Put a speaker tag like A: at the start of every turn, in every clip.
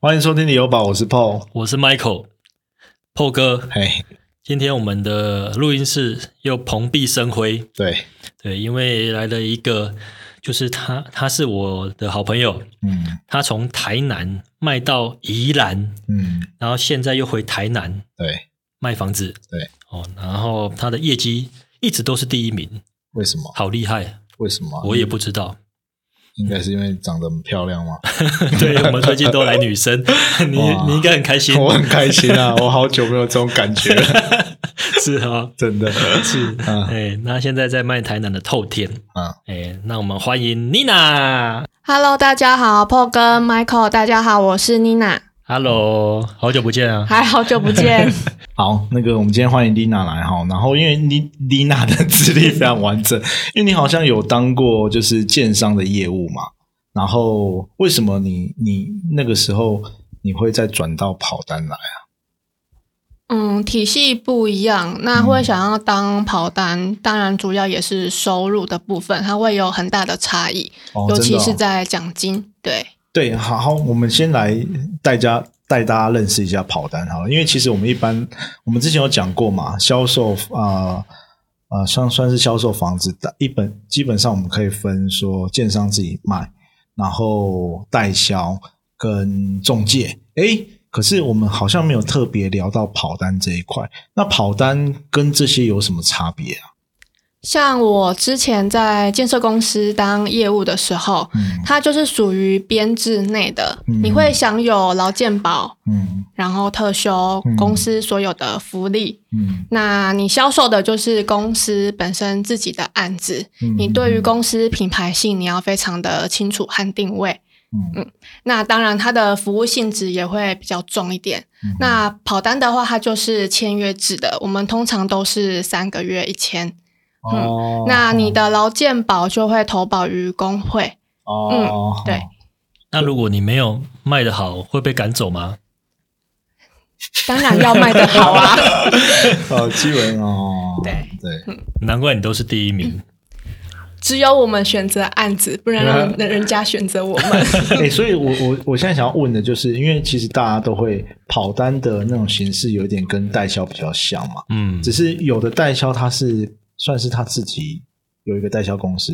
A: 欢迎收听旅游宝，我是 Paul。
B: 我是 Michael，破哥。
A: 嘿，
B: 今天我们的录音室又蓬荜生辉，
A: 对，
B: 对，因为来了一个，就是他，他是我的好朋友，
A: 嗯
B: 他从台南卖到宜兰，
A: 嗯，
B: 然后现在又回台南
A: 对，
B: 卖房子，
A: 对，
B: 哦，然后他的业绩一直都是第一名，
A: 为什么？
B: 好厉害，
A: 为什么？
B: 我也不知道。
A: 应该是因为长得很漂亮吗？
B: 对我们最近都来女 生，你
A: 哇
B: 你应该很开心，
A: 我很开心啊，我好久没有这种感觉 了，
B: 是啊，
A: 真的。
B: 是，
A: 嗯
B: 哎，那现在在卖台南的透天，
A: 嗯，
B: 哎，那我们欢迎妮娜
C: Hello，大家好，Paul 跟 Michael，大家好，我是 Nina，
B: ，Hello，好久不见啊！
C: 还好久不见。
A: 好，那个我们今天欢迎丽娜来哈，然后因为丽丽娜的资历非常完整，因为你好像有当过就是建商的业务嘛，然后为什么你你那个时候你会再转到跑单来啊？
C: 嗯，体系不一样，那会想要当跑单，当然主要也是收入的部分，它会有很大的差异，
A: 哦
C: 尤
A: 真
C: 其
A: 的哦
C: 是在奖金。对，
A: 对，好，好我们先来带家带大家认识一下跑单好了，因为其实我们一般我们之前有讲过嘛，销售啊啊、呃算算是销售房子，但一本基本上我们可以分说建商自己卖，然后代销跟中介，诶，可是我们好像没有特别聊到跑单这一块，那跑单跟这些有什么差别啊？
C: 像我之前在建设公司当业务的时候，
A: 嗯
C: 它就是属于编制内的，
A: 嗯
C: 你会享有劳健保，
A: 嗯
C: 然后特休
A: 嗯，
C: 公司所有的福利。
A: 嗯，
C: 那你销售的就是公司本身自己的案子，
A: 嗯
C: 你对于公司品牌性你要非常的清楚和定位。
A: 嗯
C: 那当然，它的服务性质也会比较重一点。
A: 嗯
C: 那跑单的话，它就是签约制的，我们通常都是三个月一签。
A: 哦
C: 嗯那你的劳健保就会投保于工会，
A: 哦、
C: 嗯对
B: 那如果你没有卖的好，会被赶走吗？
C: 当然要卖得好啊。
A: 呃，基本哦，
C: 对
A: 对，
B: 难怪你都是第一名。
C: 只有我们选择案子，不能让
A: 啊
C: 人人家选择我们。
A: 哎、所以我我我现在想要问的就是，因为其实大家都会跑单的那种形式，有点跟代销比较像嘛，
B: 嗯
A: 只，是有的代销它是算是他自己有一个代销公司，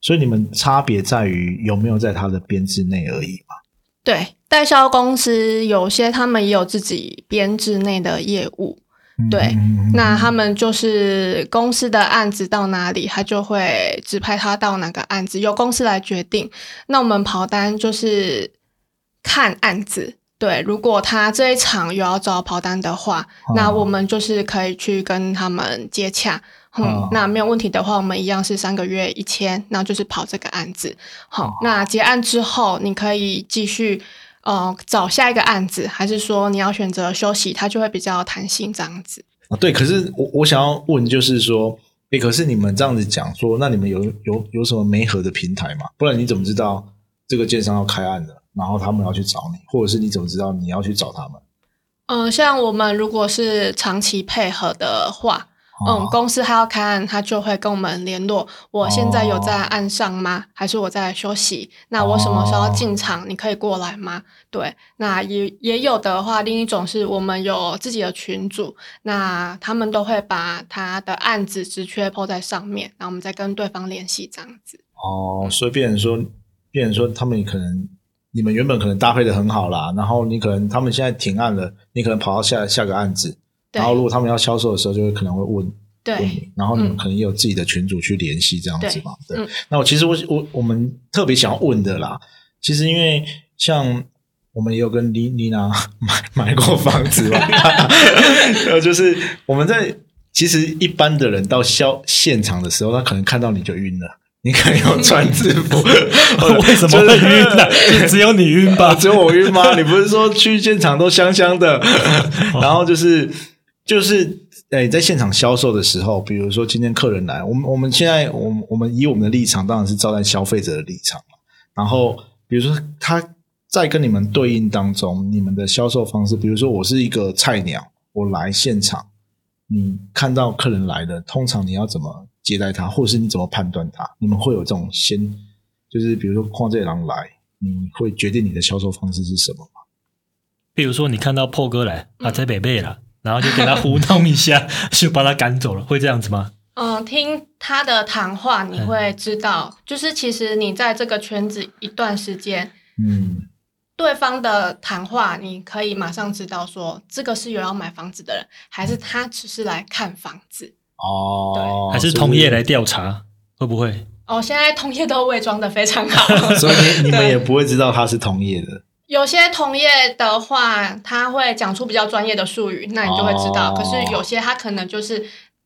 A: 所以你们差别在于有没有在他的编制内而已嘛。
C: 对，代销公司有些他们也有自己编制内的业务，对
A: 嗯
C: 那他们就是公司的案子到哪里，他就会指派他到哪个案子，由公司来决定。那我们跑单就是看案子。对，如果他这一场有要找跑单的话，
A: 哦
C: 那我们就是可以去跟他们接洽。嗯，
A: 哦
C: 那没有问题的话，我们一样是三个月一千，那就是跑这个案子。好、
A: 哦
C: 那结案之后，你可以继续呃找下一个案子，还是说你要选择休息，它就会比较弹性这样子。
A: 啊，对，可是我我想要问，就是说，诶，可是你们这样子讲说，那你们有有有什么媒合的平台吗？不然你怎么知道这个建商要开案了，然后他们要去找你，或者是你怎么知道你要去找他们？
C: 嗯，像我们如果是长期配合的话，
A: 哦
C: 嗯，公司他要开案，他就会跟我们联络。我现在有在岸上吗？还是我在休息？那我什么时候进场？你可以过来吗？对，那也也有的话，另一种是我们有自己的群组，那他们都会把他的案子职缺 PO 在上面，然后我们再跟对方联系这样子。
A: 哦，所以变成说，变成说他们可能你们原本可能搭配的很好啦，然后你可能他们现在停案了，你可能跑到下下个案子，
C: 对
A: 然后如果他们要销售的时候，就会可能会问问
C: 对，
A: 你，然后你们
C: 嗯
A: 可能也有自己的群组去联系这样子嘛。对，
C: 对嗯
A: 那我其实我我我们特别想要问的啦，其实因为像我们也有跟妮妮娜买买过房子嘛， 然后就是我们在其实一般的人到销现场的时候，他可能看到你就晕了。你可能有穿制服，
B: 为什么会晕 啊呢、就只有你晕吧？
A: 啊只有我晕吗？你不是说去现场都香香的？然后就是就是，哎、在现场销售的时候，比如说今天客人来，我们我们现在我们我们以我们的立场，当然是招待消费者的立场嘛然后比如说他在跟你们对应当中，你们的销售方式，比如说我是一个菜鸟，我来现场，你看到客人来的，通常你要怎么接待他，或者是你怎么判断他？你们会有这种先，就是比如说矿这狼来，你会决定你的销售方式是什么吗？
B: 比如说你看到破哥来啊，在北贝了，然后就给他糊弄一下，
A: 嗯
B: 就把他赶走了，会这样子吗？
C: 嗯，听他的谈话，你会知道，就是其实你在这个圈子一段时间，
A: 嗯，
C: 对方的谈话，你可以马上知道说，这个是有要买房子的人，还是他只是来看房子。
A: 哦，
B: 还是同业来调查，会不会？
C: 哦，现在同业都伪装的非常好，
A: 所以，所以你你们
C: 对
A: 也不会知道他是同业的。
C: 有些同业的话，他会讲出比较专业的术语，那你就会知
A: 哦
C: 道。可是有些他可能就是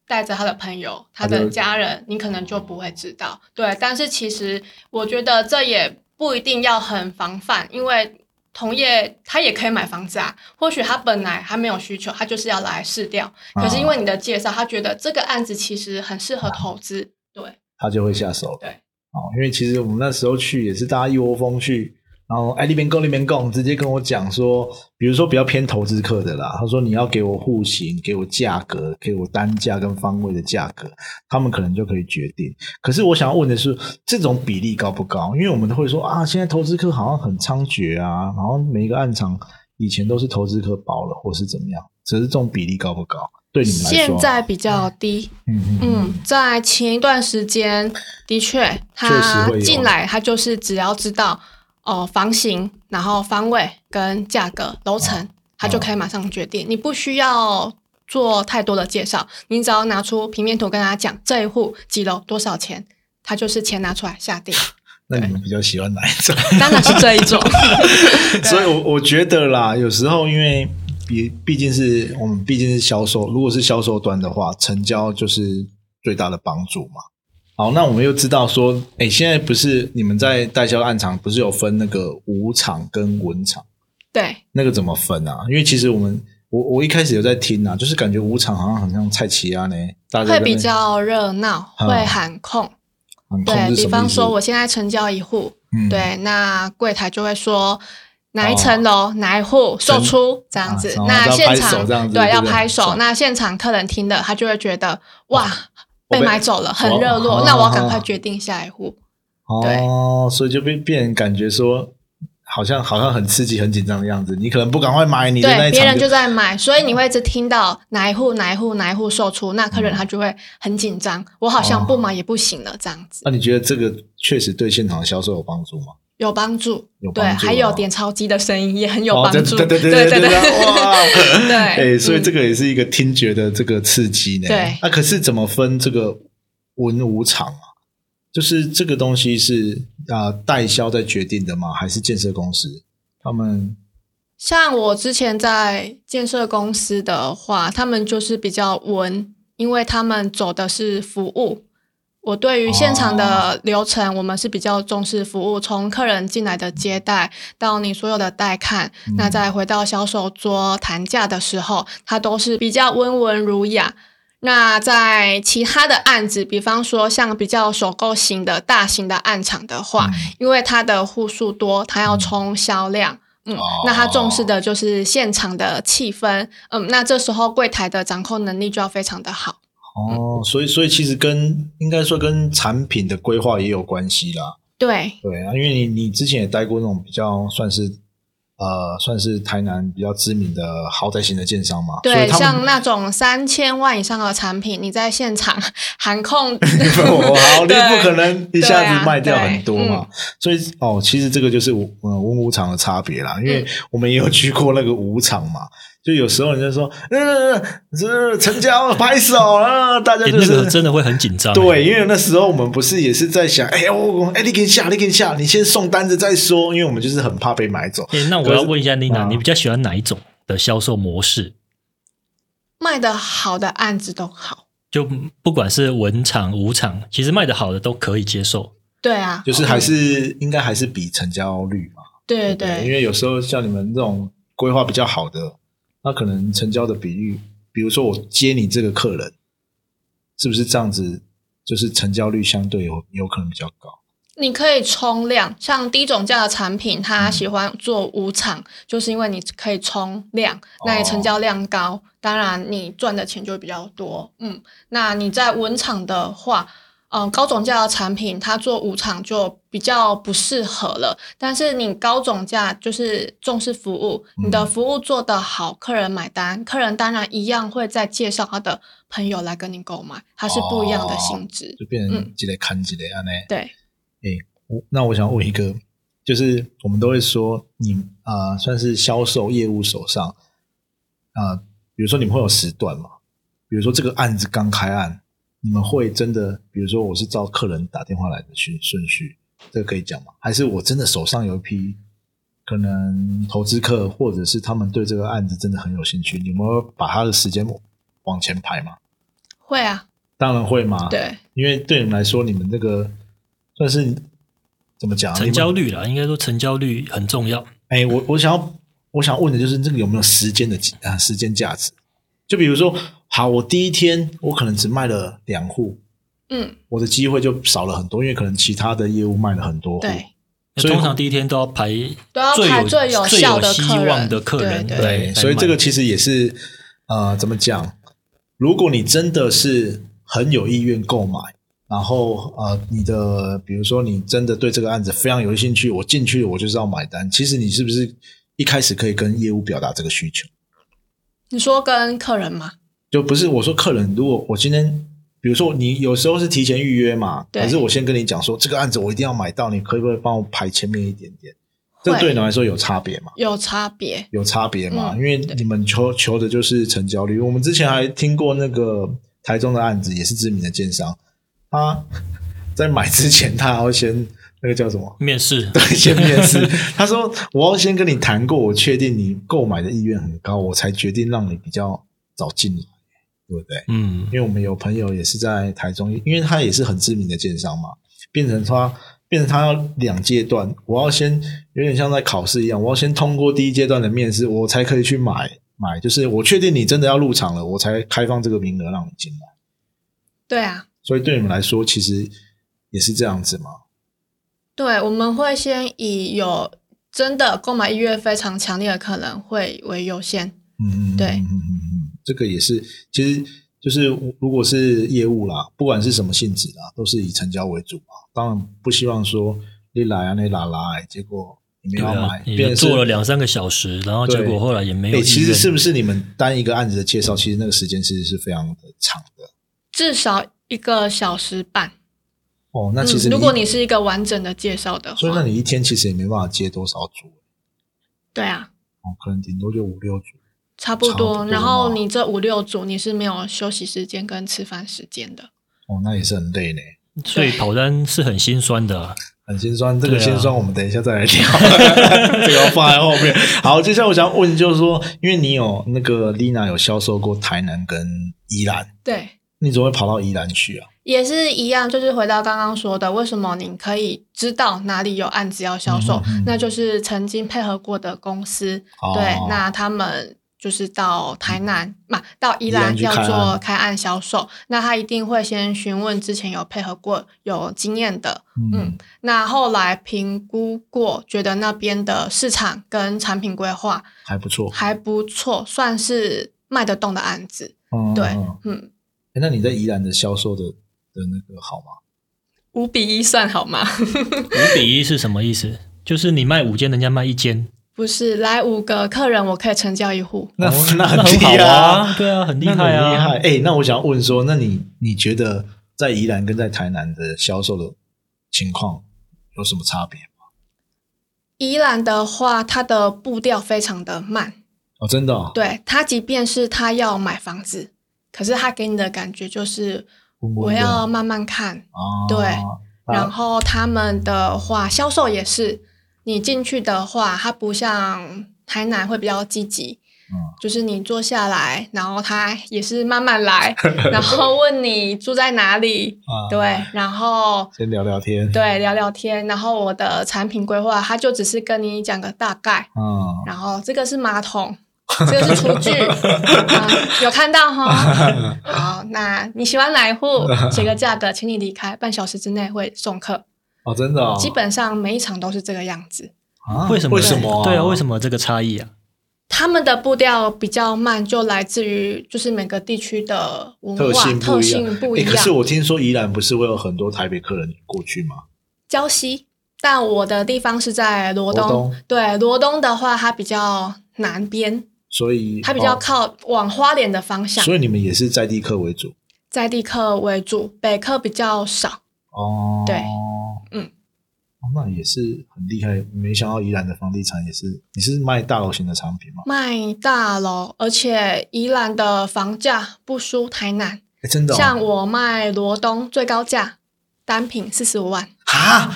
C: 带着他的朋友、他的家人，你可能就不会知道。对，但是其实我觉得这也不一定要很防范，因为同业他也可以买房子啊。或许他本来他没有需求，他就是要来试掉。
A: 嗯
C: 可是因为你的介绍，他觉得这个案子其实很适合投资。对，
A: 他就会下手。
C: 对，
A: 哦，因为其实我们那时候去也是大家一窝蜂去，然后哎那边供那边供，直接跟我讲说，比如说比较偏投资客的啦，他说你要给我户型，给我价格，给我单价跟方位的价格，他们可能就可以决定。可是我想要问的是，这种比例高不高？因为我们都会说啊，现在投资客好像很猖獗啊，然后每一个暗场以前都是投资客包了，或是怎么样，只是这种比例高不高？对你们来说，啊
C: 现在比较低。
A: 嗯嗯嗯
C: 嗯，在前一段时间，的确，
A: 确实
C: 他
A: 会有
C: 进来，他就是只要知道哦、房型，然后方位跟价格、楼
A: 哦
C: 层，他就可以马上决定。你不需要做太多的介绍，你只要拿出平面图跟他讲这一户几楼多少钱，他就是钱拿出来下 定。
A: 那你们比较喜欢哪一种？
C: 当然是这一 种，
A: 所以我，我觉得啦，有时候因为毕毕竟是我们毕竟是销售，如果是销售端的话，成交就是最大的帮助嘛。好，那我们又知道说，哎、现在不是你们在代销暗场不是有分那个武场跟文场，
C: 对，
A: 那个怎么分啊？因为其实我们我我一开始有在听啊，就是感觉武场好像很像菜奇啊呢，大家
C: 会
A: 在那
C: 比较热闹，
A: 嗯
C: 会喊控。
A: 很控
C: 对
A: 制
C: 比
A: 什么
C: 方
A: 意思
C: 说，我现在成交一户，
A: 嗯
C: 对，那柜台就会说哪一层楼、哪一户售出这样子。
A: 啊然后
C: 那
A: 要
C: 现
A: 拍手
C: 场
A: 这样子对
C: 对
A: 不
C: 要
A: 对
C: 拍手
A: 手，
C: 那现场客人听的他就会觉得哇
A: 我
C: 被
A: 被
C: 买走了，很
A: 我
C: 热
A: 哦
C: 络。那我要
A: 哦
C: 赶快决定下一户。
A: 哦，所以就变变成感觉说，好像好像很刺激、很紧张的样子。你可能不赶快买你的那
C: 对，
A: 一
C: 别人
A: 场
C: 就在买，所以你会一直听到哪一户、哪一户、哪一户售出，那客人他就会很紧张，我好像不买也不行了这样子
A: 那、，啊你觉得这个确实对现场销售有帮助吗？
C: 有帮助
A: 有。
C: 对，
A: 帮助
C: 还有
A: 哦
C: 点钞机的声音也很有
A: 哦
C: 帮
A: 这
C: 助。
A: 对对
C: 对
A: 对
C: 对
A: 对哇！
C: 对
A: 哎、所以
C: 嗯
A: 这个也是一个听觉的这个刺激呢。
C: 对
A: 那、可是怎么分这个文武场啊？就是这个东西是啊、呃代销在决定的吗？还是建设公司他们？
C: 像我之前在建设公司的话，他们就是比较文，因为他们走的是服务。我对于现场的流程，我们是比较重视服务，从客人进来的接待到你所有的带看，那再回到销售桌谈价的时候，它都是比较温文儒雅。那在其他的案子，比方说像比较首购型的大型的案场的
A: 嗯
C: 话，因为它的户数多，它要冲销量。嗯
A: 哦，
C: 那他重视的就是现场的气氛，嗯，那这时候柜台的掌控能力就要非常的好，
A: 哦，所以所以其实跟应该说跟产品的规划也有关系啦。
C: 对，
A: 对啊，因为你你之前也待过那种比较算是呃算是台南比较知名的豪宅型的建商嘛，所以
C: 对，
A: 他们
C: 像那种三千万以上的产品，你在现场 含控，
A: 我 哦好，你
C: 对
A: 不可能一下子卖掉很多
C: 对
A: 嘛
C: 啊，
A: 所以哦，其实这个就是文呃文武场的差别啦，因为
C: 嗯
A: 我们也有去过那个武场嘛，就有时候人家说，嗯，这成交拍手啊，大家
B: 诶
A: 就
B: 那个
A: 是。
B: 真的会啊很紧张。
A: 对，因为那时候我们不是也是在想，哎、我哎、你给你下，你给你下，你先送单子再说，因为我们就是很怕被买走。
B: 诶，那我要问一下妮娜，
A: 啊
B: 你比较喜欢哪一种的销售模式？
C: 卖的好的案子都好，
B: 就不管是文场、武场，其实卖的好的都可以接受。
C: 对啊，
A: 就是还是、应该还是比成交率嘛，对
C: 对
A: 不对
C: 对
A: 因为有时候像你们这种规划比较好的，那可能成交的比率，比如说我接你这个客人，是不是这样子？就是成交率相对有有可能比较高。
C: 你可以冲量，像低总价的产品，他喜欢做五场，就是因为你可以冲量，那你成交量高，当然你赚的钱就会比较多。嗯，那你在文场的话，嗯，高总价的产品，它做五场就比较不适合了。但是你高总价就是重视服务，你的服务做得好，客人买单，客人当然一样会再介绍他的朋友来跟你购买，它是不一样的性质。
A: 就变
C: 嗯
A: 成积累看积累啊呢。
C: 对，
A: 我那我想问一个，就是我们都会说你啊、呃算是销售业务手上啊、呃比如说你们会有时段嘛？比如说这个案子刚开案，你们会真的，比如说我是照客人打电话来的顺顺序，这个可以讲吗？还是我真的手上有一批可能投资客，或者是他们对这个案子真的很有兴趣，你们会把他的时间往前排吗？
C: 会啊，
A: 当然会嘛，，
C: 对，
A: 因为对你们来说，你们这个算是怎么讲？啊
B: 成
A: 你们
B: 交率啦，应该说成交率很重要。
A: 哎，我我想要我想问的就是这个有没有时间的啊时间价值？就比如说，好，我第一天我可能只卖了两户，
C: 嗯，
A: 我的机会就少了很多，因为可能其他的业务卖了很多户。
C: 对，
A: 所以
B: 通常第一天都要排
C: 都要
B: 最
C: 排
B: 有
C: 最有
B: 最
C: 效
B: 有
C: 的
B: 希
C: 客
B: 望
C: 人
B: 的客人，
C: 对
A: 对
B: 对，
A: 所以
B: 来
A: 这个
B: 买
A: 其实也是呃，怎么讲？如果你真的是很有意愿购买，然后呃，你的比如说你真的对这个案子非常有兴趣，我进去我就是要买单。其实你是不是一开始可以跟业务表达这个需求？
C: 你说跟客人吗？
A: 就不是我说客人，如果我今天，比如说你有时候是提前预约嘛，
C: 对
A: 可是我先跟你讲说这个案子我一定要买到，你可不可以帮我排前面一点点？这
C: 会
A: 对你来说有差别吗？
C: 有差别，
A: 有差别嘛？
C: 嗯
A: 因为
C: 对
A: 你们求求的就是成交率。我们之前还听过那个台中的案子，也是知名的建商，他 在买之前他还要先那个叫什么？
B: 面试
A: 对，先面试。他说我要先跟你谈过，我确定你购买的意愿很高，我才决定让你比较早进来，对不对？
B: 嗯
A: 因，为我们有朋友也是在台中，因为他也是很知名的建商嘛，变成他变成他要两阶段，我要先有点像在考试一样，我要先通过第一阶段的面试，我才可以去买买，就是我确定你真的要入场了，我才开放这个名额让你进来。
C: 对啊，
A: 所以对你们来说，其实也是这样子嘛。
C: 对，我们会先以有真的购买意愿非常强烈的客人会为优先，
A: 嗯嗯，
C: 对
A: 嗯嗯嗯嗯，这个也是，其实就是如果是业务啦，不管是什么性质啦，都是以成交为主嘛。当然不希望说你来啊，你拉拉、结果你没
B: 对
A: 有要
B: 啊
A: 买，，变
B: 也
A: 成是
B: 做了。两三个小时，然后结
A: 对
B: 果后来也没有
A: 哎、
B: 意
A: 其实
B: 愿
A: 是不是你们单一个案子的介绍，其实那个时间其实是非常的长的
C: 至少一个小时半。
A: 哦。那其实
C: 嗯、
A: 一、
C: 如果你是一个完整的介绍的
A: 所以那
C: 话，
A: 你一天其实也没办法接多少组
C: 对啊，
A: 哦，可能顶多就五六组。
C: 差不
A: 差不多
C: 多。然后
A: 嘛
C: 你这五六组你是没有休息时间跟吃饭时间的，
A: 哦，那也是很累呢，
B: 所以跑单是很心酸的啊、
A: 很心酸。这个
B: 对啊
A: 心酸，我们等一下再来聊， 这个要放在后面。好，接下来我想问，就是说，因为你有那个 Lina 有销售过台南跟宜兰，
C: 对。
A: 你怎么会跑到宜兰去啊？
C: 也是一样，就是回到刚刚说的，为什么你可以知道哪里有案子要销售，
A: 嗯嗯嗯
C: 那就是曾经配合过的公司，
A: 哦
C: 对，那他们。就是到台南嘛，到宜
A: 嗯宜
C: 兰
A: 兰去
C: 要
A: 开案
C: 做开案销售，那他一定会先询问之前有配合过、有经验的，嗯，那后来评估过，觉得那边的市场跟产品规划
A: 还不错。
C: 还不错，算是卖得动的案子。
A: 嗯
C: 对
A: 嗯嗯，
C: 嗯，
A: 诶那你在宜兰的销售的的那个好吗？
C: 五比一算好吗？
B: 五比一是什么意思？就是你卖五间，人家卖一间，
C: 不是，来五个客人，我可以成交一户。
A: 那
B: 哦
A: 那很
B: 那很
A: 低
B: 好
A: 啊
B: 啊，对啊，很厉害
A: 那很厉
B: 啊，
A: 害。哎、那我想要问说，那你你觉得在宜兰跟在台南的销售的情况有什么差别？
C: 宜兰的话，它的步调非常的慢，
A: 哦，真的、哦，
C: 对它，即便是他要买房子，可是他给你的感觉就是
A: 哦温
C: 我
A: 温的
C: 要慢慢看。
A: 啊，
C: 对
A: 那
C: 然后他们的话，销售也是，你进去的话，它不像台南会比较积极，
A: 嗯
C: 就是你坐下来，然后他也是慢慢来， 然后问你住在哪里，
A: 啊，
C: 对，然后
A: 先聊聊天，，
C: 对，聊聊天。然后我的产品规划，他就只是跟你讲个大概，
A: 嗯，
C: 然后这个是马桶，这个是厨 具，啊有看到哈？好，那你喜欢哪一户？写个价格，请你离开，半小时之内会送客。
A: 哦，真的、哦，
C: 基本上每一场都是这个样子。
A: 啊
B: 为什么？
A: 为什么、
B: 对啊，为什
A: 么？
B: 么这个差异啊？
C: 他们的步调比较慢，就来自于就是每个地区的文
A: 特
C: 化
A: 性不
C: 特
A: 一
C: 性
A: 样。
C: 不
A: 诶
C: 一
A: 可
C: 样
A: 是。我听说宜兰不是会有很多台北客人过去吗？
C: 礁溪，但我的地方是在罗
A: 罗
C: 东。
A: 东
C: 对，罗东的话，它比较南边，
A: 所以
C: 它比较
A: 哦
C: 靠往花莲的方向，
A: 所以你们也是在地客为主
C: 在地客为主，北客比较少。
A: 哦。
C: 对，嗯
A: 哦，那也是很厉害。没想到宜兰的房地产也是，你是卖大楼型的产品吗？
C: 卖大楼，而且宜兰的房价不输台南，
A: 诶真的、哦，
C: 像我卖罗东最高价单品四十五万，
A: 啊，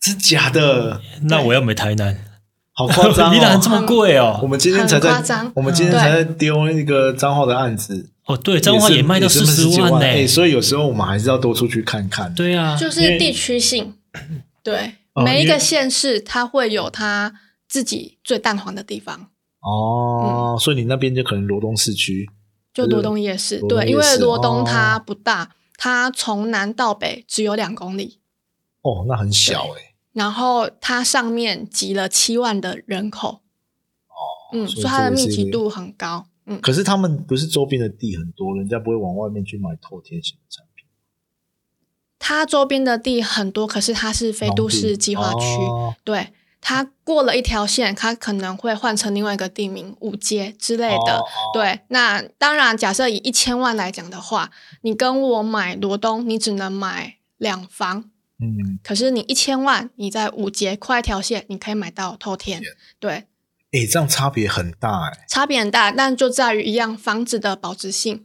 A: 真假的，
B: 那我要买台南，
A: 好夸张、哦！
B: 宜兰这么贵
A: 我
B: 哦？
A: 们今天才
C: 很夸
A: 在
C: 张，嗯
A: 我们今天才在丢那个彰化的案子，
B: 哦，对，彰化
A: 是
B: 也卖到
A: 是
B: 四十
A: 40
B: 万
A: 万
B: 呢。
A: 哎所以有时候我们还是要多出去看看。，
B: 对啊，
C: 就是地区性。对，
A: 哦
C: 每一
A: 因为
C: 个县市它会有它自己最蛋黄的地方，
A: 哦，
B: 嗯
A: 所以你那边就可能罗东市区
C: 就
A: 就是
C: 罗东夜市。
A: 罗东
C: 对，因
A: 夜市
C: 为罗东
A: 哦
C: 它不大，它从南到北只有两公里，
A: 哦，那很小哎、
C: 然后它上面挤了七万的人口。嗯，
A: 哦所以
C: 所以它
A: 这
C: 的
A: 个是
C: 密
A: 一
C: 集
A: 个
C: 度很高。嗯，
A: 可是他们不是周边的地很多，人家不会往外面去买透天型的产品。
C: 它周边的地很多，可是它是非都市计划区。
A: 哦
C: 对，它过了一条线，它可能会换成另外一个地名五街之类的。
A: 哦
C: 对，那当然，假设以一千万来讲的话，你跟我买罗东，你只能买两房。
A: 嗯，
C: 可是你一千万，你在五街跨一条线，你可以买到透天。对，
A: 哎、这样差别很大哎、
C: 差别很大，但就在于一样房子的保值性。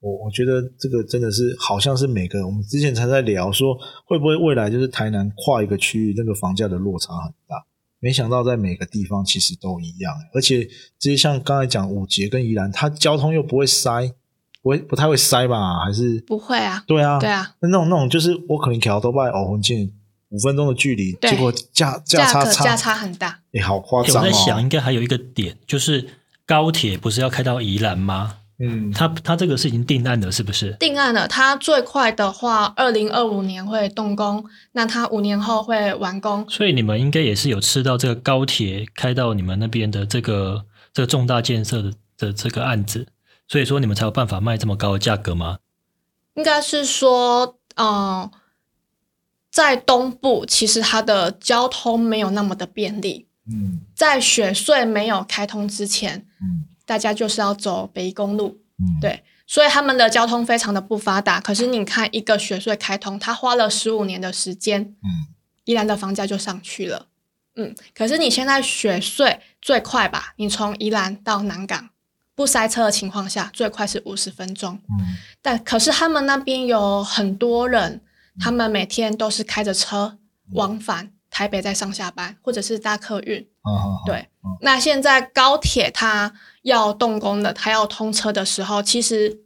A: 我我觉得这个真的是好像是每个我们之前才在聊说，会不会未来就是台南跨一个区域，那个房价的落差很大。没想到在每个地方其实都一样，欸而且这些像刚才讲五节跟宜兰，它交通又不会塞，不会不太会塞吧？还是
C: 不会啊，
A: 对啊，
C: 对啊，
A: 那种那种就是哦我可能条都拜偶魂近五分钟的距离，
C: 对
A: 结果价价
C: 价
A: 差
C: 格价
A: 差，
C: 差很大。
A: 哎、好夸
B: 欸我
A: 张
B: 在想，
A: 哦！
B: 应该还有一个点，就是高铁不是要开到宜兰吗？
A: 嗯，
B: 它它这个是已经定案了，是不是？
C: 定案了，它最快的话，二零二五年会动工，那它五年后会完工。
B: 所以你们应该也是有吃到这个高铁开到你们那边的这个这个重大建设的的这个案子，所以说你们才有办法卖这么高的价格吗？
C: 应该是说，嗯、在东部其实它的交通没有那么的便利，
A: 嗯
C: 在雪隧没有开通之前，
A: 嗯
C: 大家就是要走北宜公路，
A: 嗯，
C: 对所以他们的交通非常的不发达。可是你看，一个雪隧开通，它花了十五年的时间，
A: 嗯
C: 宜兰的房价就上去了。嗯，可是你现在雪隧最快吧？你从宜兰到南港不塞车的情况下，最快是五十分钟。
A: 嗯
C: 但可是他们那边有很多人，他们每天都是开着车往返台北在上下班，或者是搭客运。
A: 啊啊，啊
C: 对，那现在高铁它要动工了，它要通车的时候，其实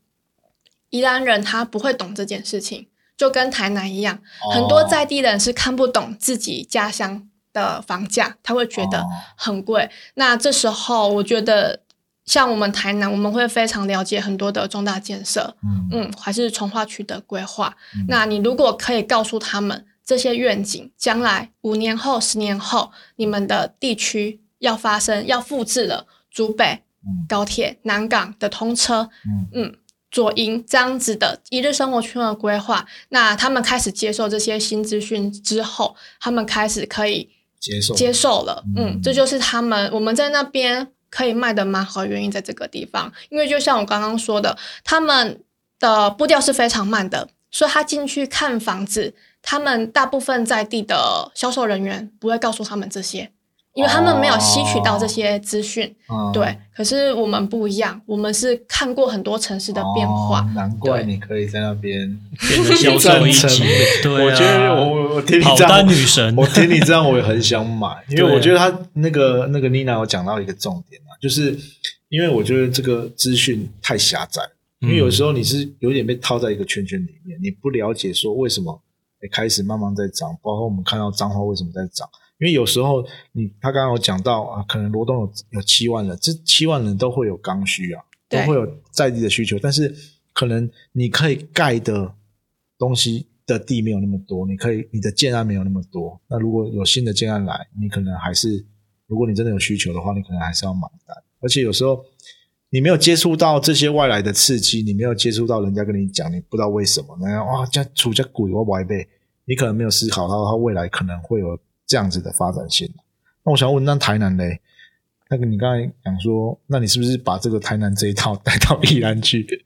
C: 宜兰人他不会懂这件事情，就跟台南一样，很多
A: 哦
C: 在地人是看不懂自己家乡的房价，他会觉得
A: 哦
C: 很贵。那这时候，我觉得像我们台南，我们会非常了解很多的重大建设，
A: 嗯嗯
C: 嗯，还是从化区的规划。
A: 嗯
C: 那你如果可以告诉他们这些愿景，将来五年后、十年后，你们的地区要发生、要复制了竹北
A: 嗯
C: 高铁、南港的通车，
A: 嗯
C: 嗯，左营这样子的一日生活圈的规划，那他们开始接受这些新资讯之后，他们开始可以
A: 接受
C: 接受了，
A: 嗯
C: 嗯，这就是他们我们在那边可以卖的蛮好，原因在这个地方，因为就像我刚刚说的，他们的步调是非常慢的，所以他进去看房子，他们大部分在地的销售人员不会告诉他们这些。因为他们没有吸取到这些资讯，
A: 嗯
C: 对。可是我们不一样，我们是看过很多城市的变化，
A: 哦难怪
C: 对
A: 你可以在那边。
B: 变成销售 一
A: 赞成
B: 级，对、啊，
A: 我觉得我我听你
B: 跑
A: 这样
B: 单女，神
A: 我听你这样我也很想买，因
B: 对
A: 为
B: 啊
A: 我觉得他那个那个妮娜有讲到一个重点啊，就是因为我觉得这个资讯太狭窄，
B: 嗯
A: 因为有时候你是有点被套在一个圈圈里面，你不了解说为什么诶开始慢慢在涨，包括我们看到彰化为什么在涨。因为有时候你他刚刚有讲到啊，可能罗东有有七万人，这七万人都会有刚需啊，都
C: 对
A: 会有在地的需求，但是可能你可以盖的东西的地没有那么多，你可以你的建案没有那么多。那如果有新的建案来，你可能还是如果你真的有需求的话，你可能还是要买单。而且有时候你没有接触到这些外来的刺激，你没有接触到人家跟你讲，你不知道为什么，那样哇，这出这鬼我歪背，你可能没有思考到它未来可能会有这样子的发展性。那我想问，那台南嘞？那个你刚才讲说，那你是不是把这个台南这一套 带到宜兰去？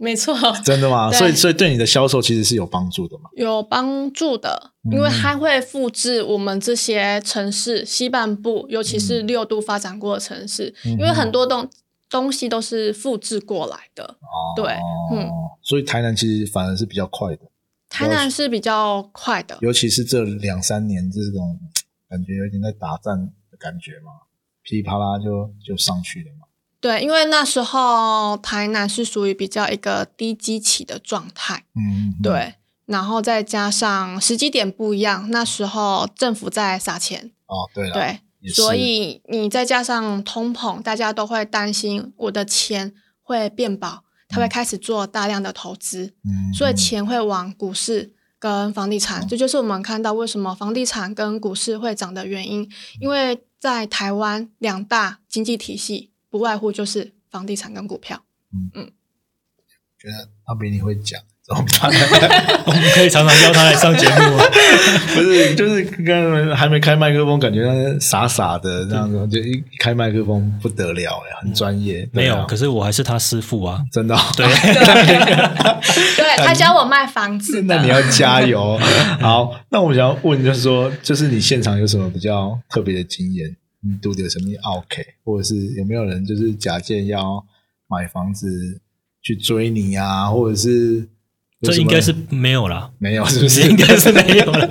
C: 没错，
A: 真的吗？
C: 对
A: 所以，所以对你的销售其实是有帮助的嘛？
C: 有帮助的，
A: 嗯
C: 因为它会复制我们这些城市西半部，尤其
A: 嗯
C: 是六度发展过的城市，因为很多东东西都是复制过来的。对嗯
A: 哦，所以台南其实反而是比较快的，
C: 台南是比较快的，
A: 尤其是这两三年这种感觉有点在打仗的感觉嘛，噼里啪啦就就上去了嘛。
C: 对，因为那时候台南是属于比较一个低基期的状态，
A: 嗯，嗯，
C: 对，然后再加上时机点不一样，那时候政府在撒钱，
A: 哦，对了，
C: 对，
A: 也是
C: 所以你再加上通膨，大家都会担心我的钱会变薄，他会开始做大量的投资，
A: 嗯，
C: 所以钱会往股市跟房地产，这就是我们看到为什么房地产跟股市会涨的原因，因为在台湾两大经济体系不外乎就是房地产跟股票。
A: 觉得他比你会讲，怎么办？
B: 嗯我们可以常常邀他来上节目 啊。
A: 不是，就是刚刚还没开麦克风，感觉他傻傻的这样子，就一开麦克风不得了哎，很专业。
B: 嗯没
A: 对
B: 有，
A: 啊
B: 可是我还是他师傅啊。
A: 真的哦、对
C: 对他教我卖房子
A: 那
C: 的，
A: 你要加油。哦 好，那我想要问，就是说，就是你现场有什么比较特别的经验？你读的有什么奥 K，或者是有没有人就是假借要买房子去追你啊，或者是有
B: 这
A: 什么
B: 应该是没有啦，
A: 没有，是不是？
B: 应该 是没有了。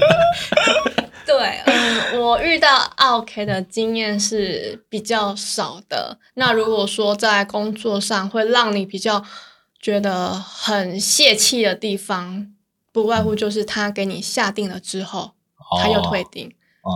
C: 对，嗯，我遇到 OK 的经验是比较少的。那如果说在工作上会让你比较觉得很泄气的地方，不外乎就是他给你下定了之后，他又退订。
A: 哦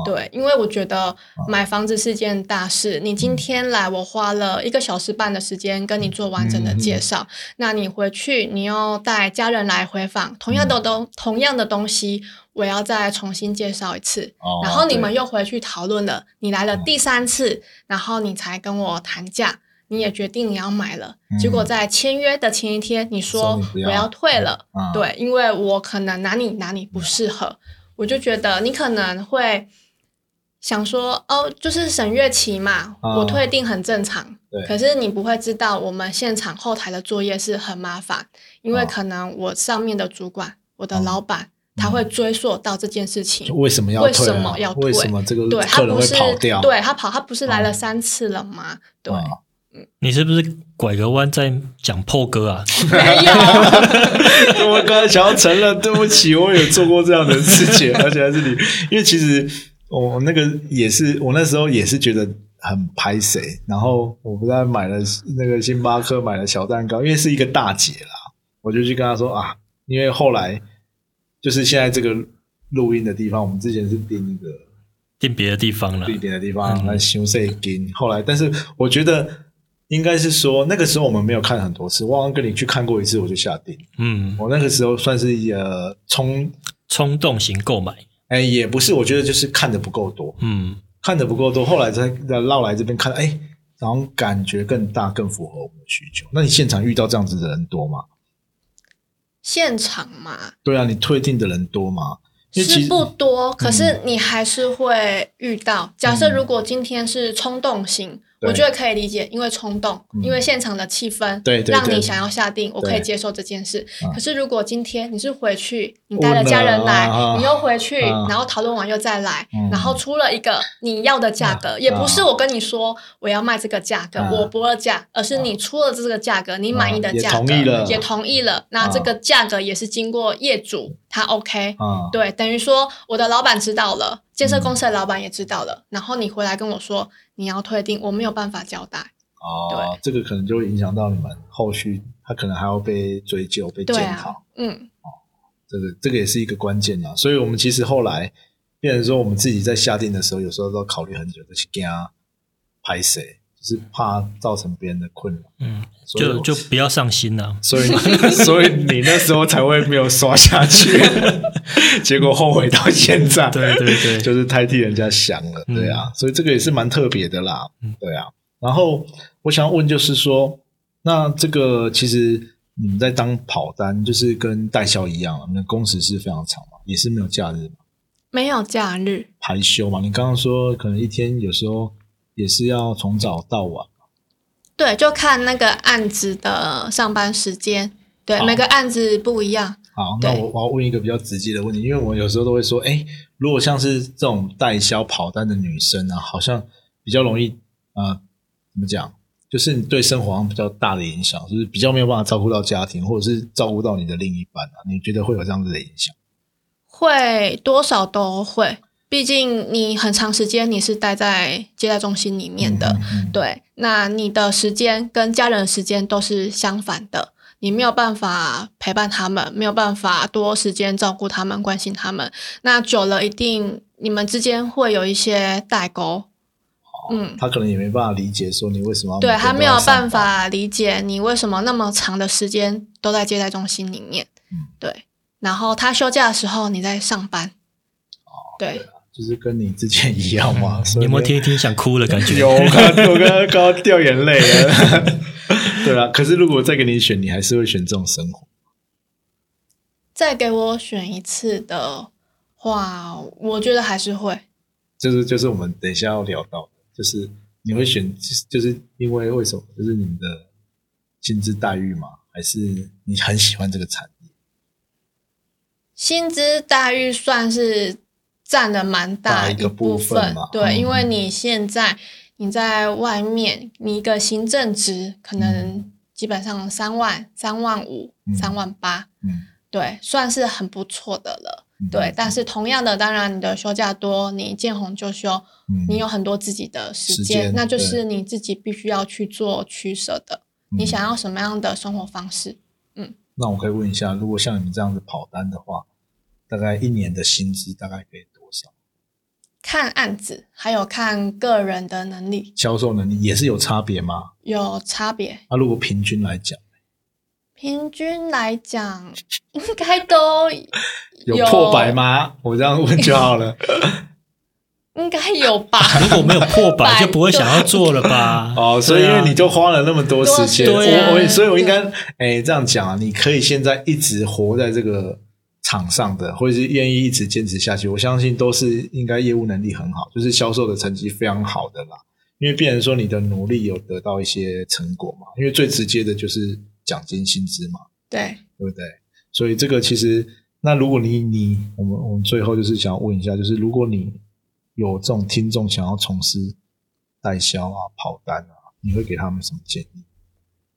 C: 对，因为我觉得买房子是件大事。你今天来，我花了一个小时半的时间跟你做完整的介绍。那你回去，你要带家人来回访，同样的东，同样的东西，我要再重新介绍一次。
A: 哦
C: 然后你们
A: 对嗯
C: 又回去讨论了，你来了第三次，然后你才跟我谈价，你也决定你要买了。结
A: 嗯
C: 果在签约的前一天，你
A: 说
C: 说
A: 你不要
C: 我要退了，
A: 啊，嗯
C: 对，因为我可能哪里哪里不适合，我就觉得你可能会想说，哦，就是审阅期嘛，
A: 啊
C: 我退订很正常。
A: 对
C: 可是你不会知道，我们现场后台的作业是很麻烦，因为
A: 啊
C: 可能我上面的主管、我的
A: 嗯
C: 老板，他会追溯到这件事情
A: 就。为什么要
C: 为
A: 退、啊？
C: 什么要退
A: 为什么这个
C: 对他
A: 客人
C: 不
A: 会
C: 是
A: 跑掉？
C: 对他跑，他不是来
A: 哦
C: 了三次了吗？对，
A: 啊
B: 你是不是拐个弯在讲破 哥啊？
C: 没有，
A: 我刚才想要承认，对不起，我有做过这样的事情，而且还是你， 因为其实我那个也是，我那时候也是觉得很拍谁，然后我不但买了那个星巴克买了小蛋糕，因为是一个大姐啦，我就去跟她说啊，因为后来就是现在这个录音的地方，我们之前是订一个
B: 定别的地方了
A: 地。点的地方
B: 嗯
A: 来修这金。后来，但是我觉得应该是说那个时候我们没有看很多次，我好像跟你去看过一次，我就下定。
B: 嗯，
A: 我那个时候算是呃冲，
B: 冲动型购买。
A: 哎、也不是，我觉得就是看的不够多，
B: 嗯，
A: 看的不够多，后来才再绕来这边看，哎、然后感觉更大，更符合我们的需求。那你现场遇到这样子的人多吗？
C: 现场嘛
A: 对啊，你退订的人多吗？因为其
C: 是
A: 实嗯
C: 不多，可是你还是会遇到。假设如果今天是冲动型，
A: 对
C: 我觉得可以理解，因为冲动，
A: 嗯
C: 因为现场的气氛，
A: 对对对
C: 让你想要下定，我可以
A: 对
C: 接受这件事
A: 嗯。
C: 可是如果今天你是回去，你
A: 问
C: 带了家人来
A: 了啊，
C: 你又回去，
A: 啊
C: 然后讨论完又再来
A: 嗯，
C: 然后出了一个你要的价格，也不是我跟你说我要卖这个价格
A: 啊，
C: 我不二价，而是你出了这个价格，你满意的
A: 也
C: 价格
A: 同意了
C: 也同意了，
A: 啊
C: 那这个价格也是经过业主他 OK，
A: 啊，
C: 对，等于说我的老板知道了，建设公司的老板也知道了，然后你回来跟我说你要退订，我没有办法交代。
A: 哦，这个可能就会影响到你们后续，他可能还要被追究、被
C: 对
A: 检
C: 啊
A: 讨。，
C: 嗯，
A: 这个这个也是一个关键啊。所以我们其实后来变成说，我们自己在下定的时候，有时候都要考虑很久，就是惊拍谁，就是怕造成别人的困扰。
B: 嗯，
A: 所以
B: 就
A: 我
B: 就不要上心了、啊
A: 所以所以你那时候才会没有刷下去。结果后悔到现在。
B: 对对对嗯
A: 就是太替人家想了，对啊，所以这个也是蛮特别的啦，对啊。然后我想问，就是说，那这个其实你们在当跑单，就是跟代销一样，啊你们工时是非常长嘛，也是没有假日嘛，
C: 没有假日，
A: 排休嘛。你刚刚说可能一天有时候也是要从早到晚，
C: 对，就看那个案子的上班时间，对，
A: 好
C: 每个案子不一样。
A: 好，那
C: 对
A: 我我要问一个比较直接的问题，因为我有时候都会说，哎、如果像是这种代销跑单的女生啊，好像比较容易呃，怎么讲，就是你对生活上比较大的影响，就是比较没有办法照顾到家庭，或者是照顾到你的另一半啊，你觉得会有这样子的影响？
C: 会多少都会，毕竟你很长时间你是待在接待中心里面的，
A: 嗯嗯嗯
C: 对，那你的时间跟家人的时间都是相反的，你没有办法陪伴他们，没有办法多时间照顾他们、关心他们，那久了一定你们之间会有一些代沟，嗯。
A: 他可能也没办法理解说哦你为什么要每
C: 对
A: 天
C: 他
A: 都
C: 没有
A: 要上
C: 办
A: 班，
C: 法理解你为什么那么长的时间都在接待中心里面
A: 嗯，
C: 对。然后他休假的时候你在上班，
A: 哦
C: 对，
A: 就是跟你之前一样嘛，所
B: 嗯你
A: 以
B: 有没有
A: 你
B: 听一听想哭的感觉？
A: 有，我刚 刚我刚刚刚刚掉眼泪了。 对啊，可是如果再给你选，你还是会选这种生活。
C: 再给我选一次的话，我觉得还是会。
A: 就是就是我们等一下要聊到的，就是你会选，就是就是因为为什么？就是你们的薪资待遇吗？还是你很喜欢这个产业？
C: 薪资待遇算是占了蛮
A: 大一
C: 一
A: 个部分
C: 分
A: 嘛，
C: 对，
A: 嗯
C: 因为你现在你在外面，你一个行政职可能基本上三万、三万五
A: 嗯、
C: 三万八，
A: 嗯，
C: 对，算是很不错的了。
A: 嗯
C: 对，但是同样的，当然你的休假多，你见红就休，
A: 嗯
C: 你有很多自己的
A: 时
C: 时
A: 间
C: 间，那就
A: 对
C: 是你自己必须要去做取舍的。你想、
A: 嗯
C: 要什么样的生活方式？
A: 那我可以问一下，如果像你们这样子跑单的话，大概一年的薪资大概可以多少？
C: 看案子，还有看个人的能力
A: 销售能力也是有差别吗？啊
C: 有差别。
A: 那、如果平均来讲，
C: 平均来讲，应该都
A: 有破百？吗？我这样问就好了。
C: 应该有吧。
B: 如果没有破百，
C: 百
B: 就不会想要做了吧？
A: 哦，所以因为你就花了那么多时间，
B: 对啊
A: 我
C: 对
A: 我
C: 啊
A: 所以我应该哎这样讲啊，你可以现在一直活在这个场上的，或者是愿意一直坚持下去，我相信都是应该业务能力很好，就是销售的成绩非常好的啦。因为变成说你的努力有得到一些成果嘛，因为最直接的就是奖金薪资嘛，
C: 对，
A: 对不对？所以这个其实，那如果你你我们我们最后就是想要问一下，就是如果你有这种听众想要从事代销啊、跑单啊，你会给他们什么建议？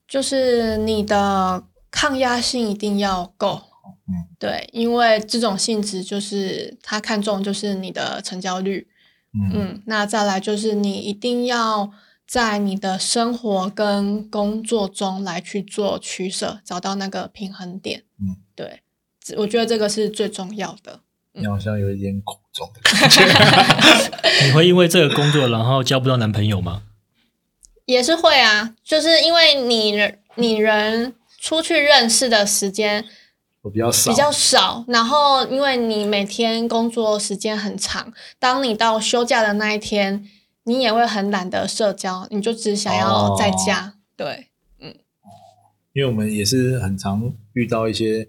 C: 就是你的抗压性一定要够。
A: 嗯，
C: 对，因为这种性质就是他看重就是你的成交率。
A: 嗯
C: 嗯，那再来就是你一定要在你的生活跟工作中来去做取舍，找到那个平衡点。
A: 嗯，
C: 对，这我觉得这个是最重要的。
A: 你好像有一点苦衷的感觉。
B: 你会因为这个工作，然后交不到男朋友 吗？
C: 也是会啊，就是因为你人你人出去认识的时间
A: 我比较少，
C: 比较少，然后因为你每天工作时间很长，当你到休假的那一天，你也会很懒得社交，你就只想
A: 哦
C: 要在家。对，
A: 因为我们也是很常遇到一些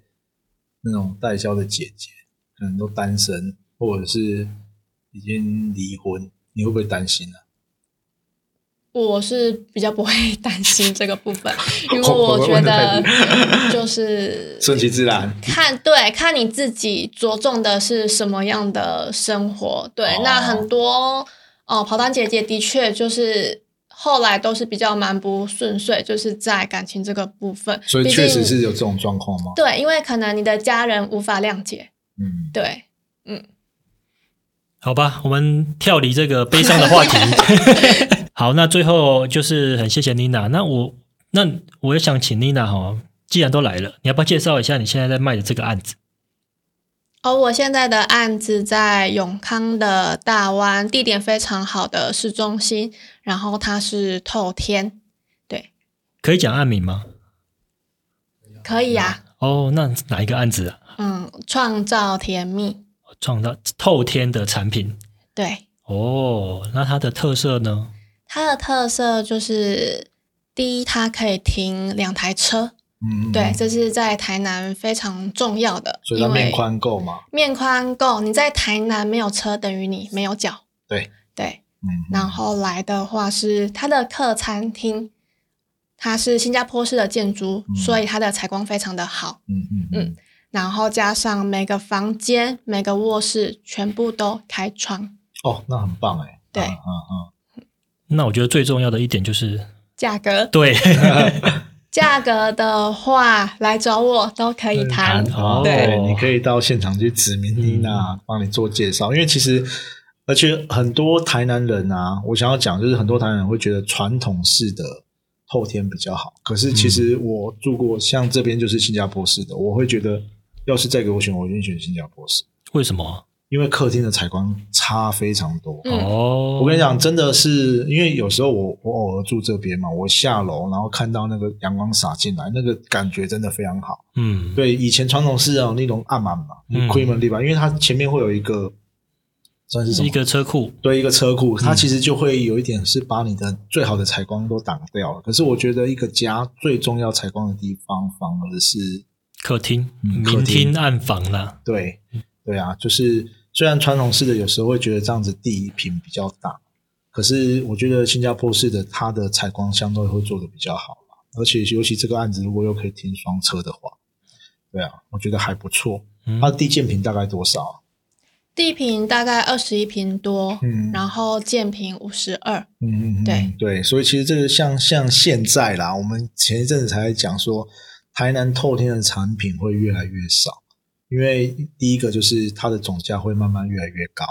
A: 那种代销的姐姐，可能都单身，或者是已经离婚，你会不会担心啊？
C: 我是比较不会 担心这个部分，因为
A: 我
C: 我
A: 我
C: 觉
A: 我
C: 得
A: 也 不
C: 就是
A: 顺其自然，
C: 看对，看你自己着重的是什么样的生活。对，
A: 哦
C: 那很多哦，跑单姐姐的确就是后来都是比较蛮不顺遂，就是在感情这个部分。
A: 所以
C: 毕
A: 确
C: 竟
A: 实是有这种状况吗？
C: 对，因为可能你的家人无法谅解。
A: 嗯，
C: 对，
B: 好吧，我们跳离这个悲伤的话 题。 好，那最后就是很谢谢妮娜。那我那我也想请妮娜哈，既然都来了，你要不要介绍一下你现在在卖的这个案子？
C: 而、我现在的案子在永康的大湾，地点非常好的市中心，然后它是透天，
B: 可以讲案名吗？
C: 可以啊。
B: 哦，那哪一个案子啊？
C: 嗯，创造甜蜜，
B: 创造透天的产品
C: 对，
B: 哦。那它的特色呢？
C: 它的特色就是第一，它可以停两台车，
A: 嗯，嗯
C: 对，
A: 嗯
C: 这是在台南非常重要的，
A: 所以它
C: 因为
A: 面宽够嘛，
C: 面宽够，你在台南没有车等于你没有脚，
A: 对
C: 对。
A: 嗯，
C: 然后来的话是它的客餐厅，它是新加坡式的建筑，
A: 嗯
C: 所以它的采光非常的好。
A: 嗯嗯嗯
C: 嗯，然后加上每个房间、每个卧室全部都开窗，
A: 哦，那很棒哎，
C: 对
A: 嗯嗯
B: 那我觉得最重要的一点就是，
C: 价格
B: 对，
C: 价格的话来找我都可以
B: 谈
C: 谈。
A: 嗯，
B: 哦
A: 对，
C: 对嗯
A: 你可以到现场去指明妮娜帮你做介绍，因为其实。而且很多台南人啊，我想要讲就是很多台南人会觉得传统式的后天比较好，可是其
C: 嗯
A: 实我住过像这边就是新加坡式的，我会觉得要是再给我选，我一定选新加坡式，
B: 为什么？
A: 因为客厅的采光差非常多。
C: 嗯
B: 哦，
A: 我跟你讲，真的是因为有时候我我偶尔住这边嘛，我下楼然后看到那个阳光洒进来，那个感觉真的非常好。
B: 嗯，
A: 对，以前传统是啊那种暗满嘛，
B: 嗯
A: 亏门地方，因为它前面会有一个算是什
B: 是
A: 么
B: 一？个嗯车库，
A: 对，一个车库，它其实就会有一点是把你的最好的采光都挡掉了。可是我觉得一个家最重要采光的地方，反而是
B: 客厅、
A: 嗯客
B: 明
A: 厅
B: 厅、暗房啦。
A: 对，对啊，就是虽然传统式的有时候会觉得这样子地坪比较大，可是我觉得新加坡式的它的采光相对会做的比较好啦而且尤其这个案子如果又可以停双车的话，对啊，我觉得还不错。
B: 嗯
A: 它的地建平大概多少啊？
C: 地坪大概二十一平多，
A: 嗯
C: 然后建平五十二，
A: 嗯嗯，嗯
C: 对
A: 对，所以其实这个像像现在啦，我们前一阵子才在讲说，台南透天的产品会越来越少，因为第一个就是它的总价会慢慢越来越高。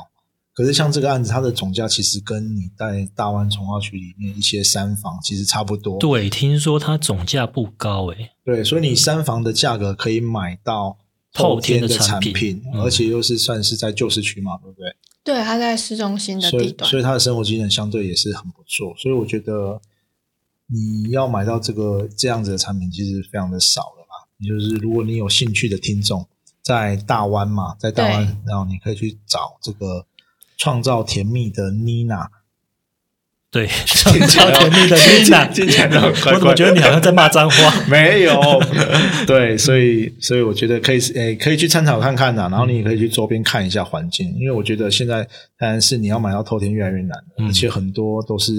A: 可是像这个案子，它的总价其实跟你在大湾从化区里面一些三房其实差不多。
B: 对，听说它总价不高欸诶、
A: 对，所以你三房的价格可以买到透天的产
B: 透天的产品嗯
A: 而且又是算是在旧市区嘛，对不对？
C: 对，它在市中心的
A: 所
C: 地
A: 以
C: 段
A: 所。以他的生活机能相对也是很不错。所以我觉得你要买到这个这样子的产品，其实非常的少了啦。也就是如果你有兴趣的听众，在大湾嘛，在大湾，然后你可以去找这个创造甜蜜的妮娜。
B: 对，创造甜蜜的
A: 听
B: 妮
A: 起
B: 娜
A: 来，听起来都很怪怪
B: 我怎么觉得你好像在骂脏话？
A: 没 有，对，所以所以我觉得可以是，诶、可以去参考看看啊呐、然后你也可以去周边看一下环境，因为我觉得现在当然是你要买到透天越来越难了，
B: 嗯
A: 而且很多都是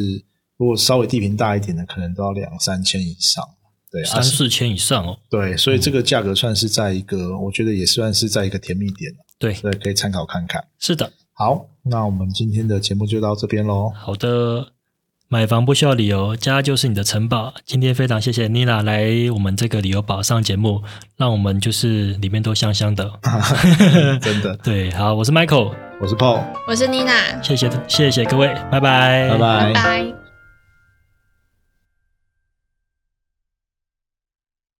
A: 如果稍微地平大一点的，可能都要两三千以上。对，啊
B: 三，四千以上哦，
A: 对，所以这个价格算是在一个，我觉得也算是在一个甜蜜点了，
B: 对，
A: 对，可以参考看看。
B: 是的，
A: 好，那我们今天的节目就到这边 喽。
B: 好的。买房不需要理由，家就是你的城堡。今天非常谢谢妮娜来我们这个旅游宝上节目，让我们就是里面都香香 的。
A: 真的，
B: 对，好，我是 Michael，
A: 我是 Paul，
C: 我是妮娜，
B: 谢谢谢谢各位，拜拜，
A: 拜
C: 拜拜。